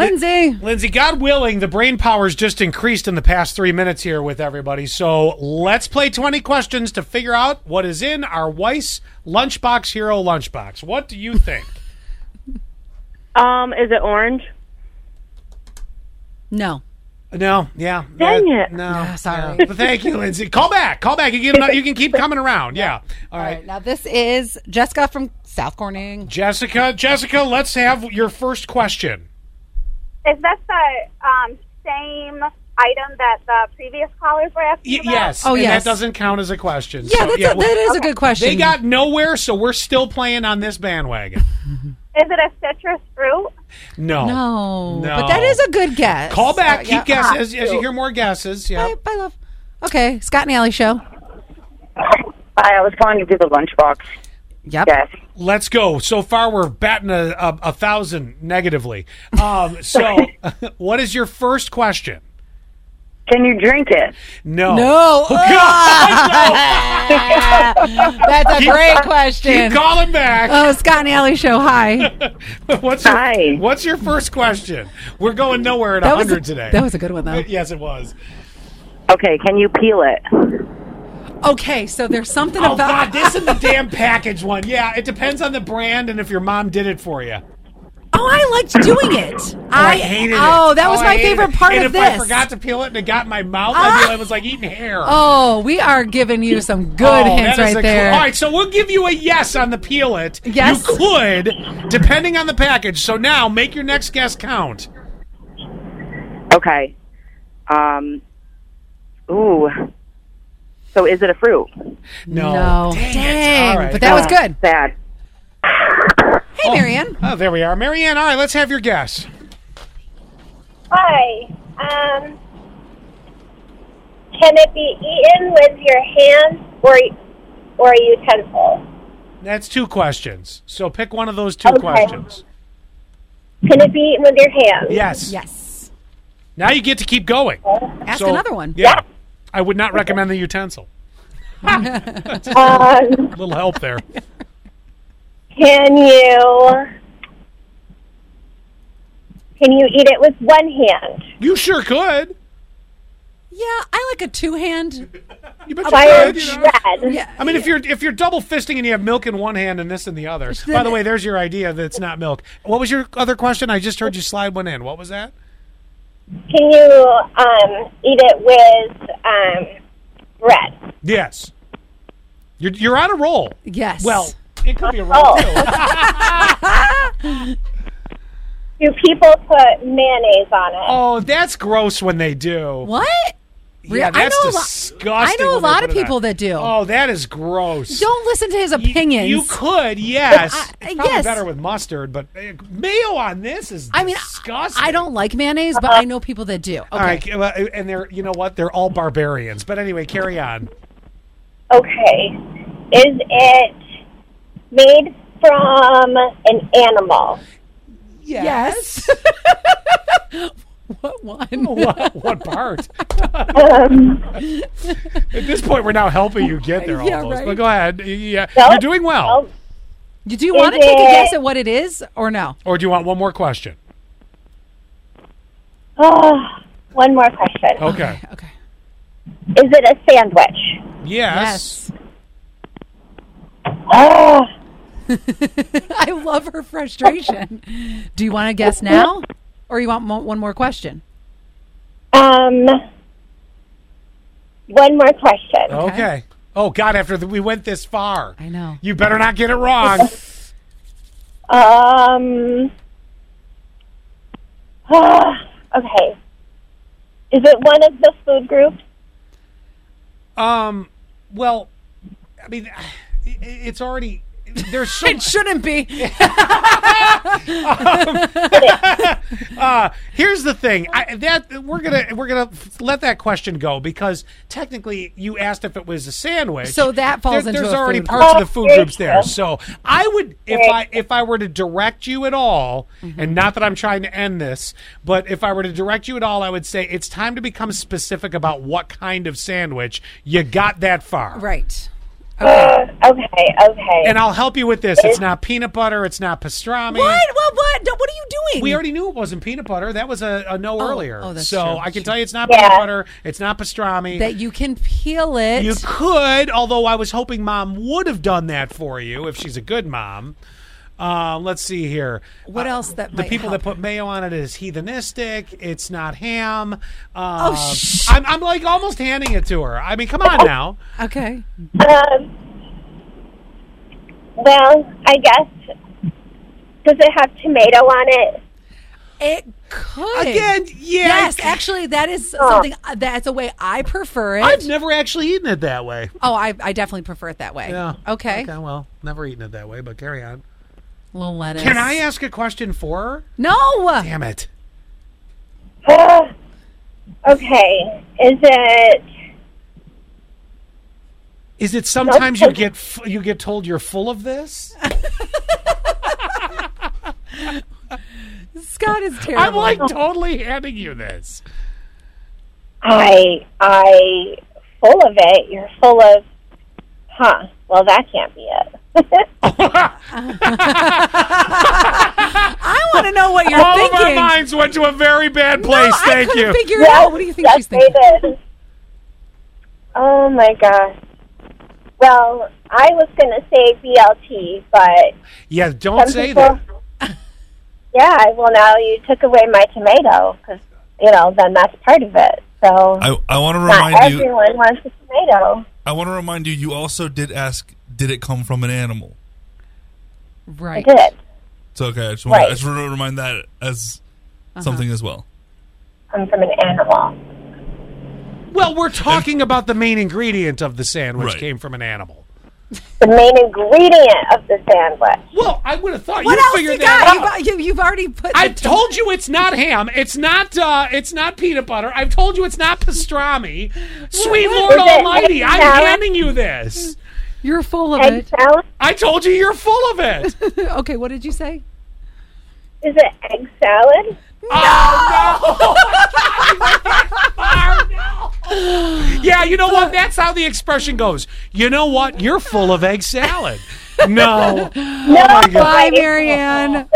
Lindsay. Lindsay, God willing, the brain power's just increased in the past three minutes here with everybody. So let's play 20 questions to figure out what is in our Weiss Lunchbox Hero Lunchbox. What do you think? Um, is it orange? No. no, yeah. Dang yeah, it. No. Ah, sorry. yeah. But thank you, Lindsay. Call back. Call back. You, get another, you can keep coming around. Yeah. All All right. right. Now this is Jessica from South Corning. Jessica, Jessica, let's have your first question. Is that the um, same item that the previous callers were asking? Y- about? yes. Oh, and yes. That doesn't count as a question. Yeah, So, that's a, well, that is a good question. They got nowhere, so we're still playing on this bandwagon. Is it a citrus fruit? No. no, No. but that is a good guess. Call back. Uh, Keep yeah. guessing as, as you hear more guesses. Yeah. Bye, bye, love. Okay, Scott and Alley show. Hi, I was calling to do the lunchbox. Yep. Yes. Let's go. So far, we're batting a, a, a thousand negatively. Um, so, what is your first question? Can you drink it? No. No. Ah! That's a great Keep question. calling back. Oh, Scott and Alley show. Hi. what's your, Hi. What's your first question? We're going nowhere at That was 100 a, today. That was a good one though. yes, it was. Okay, can you peel it? Okay, so there's something Oh about God, this is the damn package one. Yeah, it depends on the brand and if your mom did it for you. Oh, I liked doing it. I, hated it. Oh, that was I my hated favorite it. part and of if this. I forgot to peel it and it got in my mouth, Ah. I feel it was like eating hair. Oh, we are giving you some good Oh, hints that is right a cl- there. All right, so we'll give you a yes on the peel it. Yes. You could, depending on the package. So now make your next guess count. Okay. Um. Ooh. So is it a fruit? Uh, No. No. Dang. it. Dang, All right. But that was good. Sad. Hey, Marianne. Oh, there we are. Marianne, all right, let's have your guess. Hi. Um, can it be eaten with your hands or or utensil? That's two questions. So pick one of those two Okay. questions. Can it be eaten with your hands? Yes. Yes. Now you get to keep going. Ask So- another one. Yeah. I would not recommend the utensil. Um, A little help there. can you can you eat it with one hand? You sure could. Yeah, I like a two hand. You bet you Fire could. you know. bread. Yeah. I mean, if you're if you're double fisting and you have milk in one hand and this in the other. By the way, there's your idea that it's not milk. What was your other question? I just heard you slide one in. What was that? Can you um, eat it with um, bread? Yes. You're you're on a roll. Yes. Well, it could be a roll Oh. too. Do people put mayonnaise on it? Oh, that's gross when they do. what? Yeah, I that's know a lo- disgusting. I know a when they lot of put it on. people that do. Oh, that is gross. Don't listen to his You- opinions. You could, yes. I- it's probably yes. better with mustard, but eh, mayo on this is I mean, disgusting. I don't like mayonnaise, but I know people that do. Oh, Okay. All right, c- well, eh, and they're you know what? They're all barbarians. But anyway, carry on. Okay. Is it made from an animal? Yes. what one? what, what part? Um, At this point, we're now helping you get there Yeah, almost. right. But go ahead. Yeah, Nope. you're doing well. Nope. You- Do you want to Is take a it- guess at what it is or no? Or do you want one more question? Oh, one more question. Oh, Okay. Okay. Is it a sandwich? Yes. Yes. Oh, I love her frustration. Do you want to guess now, or you want mo- one more question? um, one more question. Okay. Oh God! After the, we went this far, I know. you better not get it wrong. Um, oh, okay. Is it one of the food groups? um. Well, I mean, it, it's already there's so It shouldn't be. Uh, here's the thing. I, that we're gonna we're gonna f- let that question go because technically you asked if it was a sandwich. So that falls into There's a already food parts group. of the food groups there. So I would if I if I were to direct you at all, Mm-hmm. and not that I'm trying to end this, but if I were to direct you at all, I would say it's time to become specific about what kind of sandwich. You got that far, Right. Uh, okay, okay. And I'll help you with this. It's not peanut butter. It's not pastrami. What? What? What? Don't- What are you doing? We already knew it wasn't peanut butter. That was a, a no earlier. oh, that's so true. I can tell you it's not Yeah. peanut butter. It's not pastrami. that you can peel it. you could, although I was hoping mom would have done that for you if she's a good mom. Uh, let's see here. What Uh, else that the might people that help? put mayo on it is heathenistic. It's not ham. Uh, shh. I'm, I'm like almost handing it to her. I mean, come Oh, on now. okay. Um, well, I guess. Does it have tomato on it? It could Again, yeah. Yes, actually, that is something. uh, That's a way I prefer it. I've never actually eaten it that way. oh, I, I definitely prefer it that way. Yeah. Okay. Okay. Well, never eaten it that way, but carry on. Little lettuce. Can I uh, ask a question for her? No. uh, Damn it. Ugh. okay. Is it? Is it sometimes you get f- you get told you're full of this? Scott is terrible. I'm like totally handing you this. I I full of it. You're full of. Huh. Well, that can't be it. I want to know what you're All of our thinking. minds went to a very bad place. No, I Thank couldn't you. figure it Yeah, out. What do you think yes, she's thinking? they did. Oh my gosh. Well, I was gonna say BLT, but yeah, don't some say people. that. yeah, well now you took away my tomato because you know then that's part of it. So I, I want to not remind you. everyone wants a tomato. I want to remind you. You also did ask. Did it come from an animal? I Right. did. It's okay. I just want. Right. I just want to remind that as something as well. I'm from an animal. Well, we're talking about the main ingredient of the sandwich Right. came from an animal. The main ingredient of the sandwich. Well, I would have thought What you else figured you that out. got? You've, you, you've already put. I've told you it's not ham. It's not. Uh, it's not peanut butter. I've told you it's not pastrami. Sweet Lord Is it Almighty, egg I'm salad? handing you this. You're full of Egg it. salad? I told you you're full of it. Okay. What did you say? Is it egg salad? Yeah, you know what? That's how the expression goes. You know what? You're full of egg salad. No. No, Oh my God. Bye, Marianne.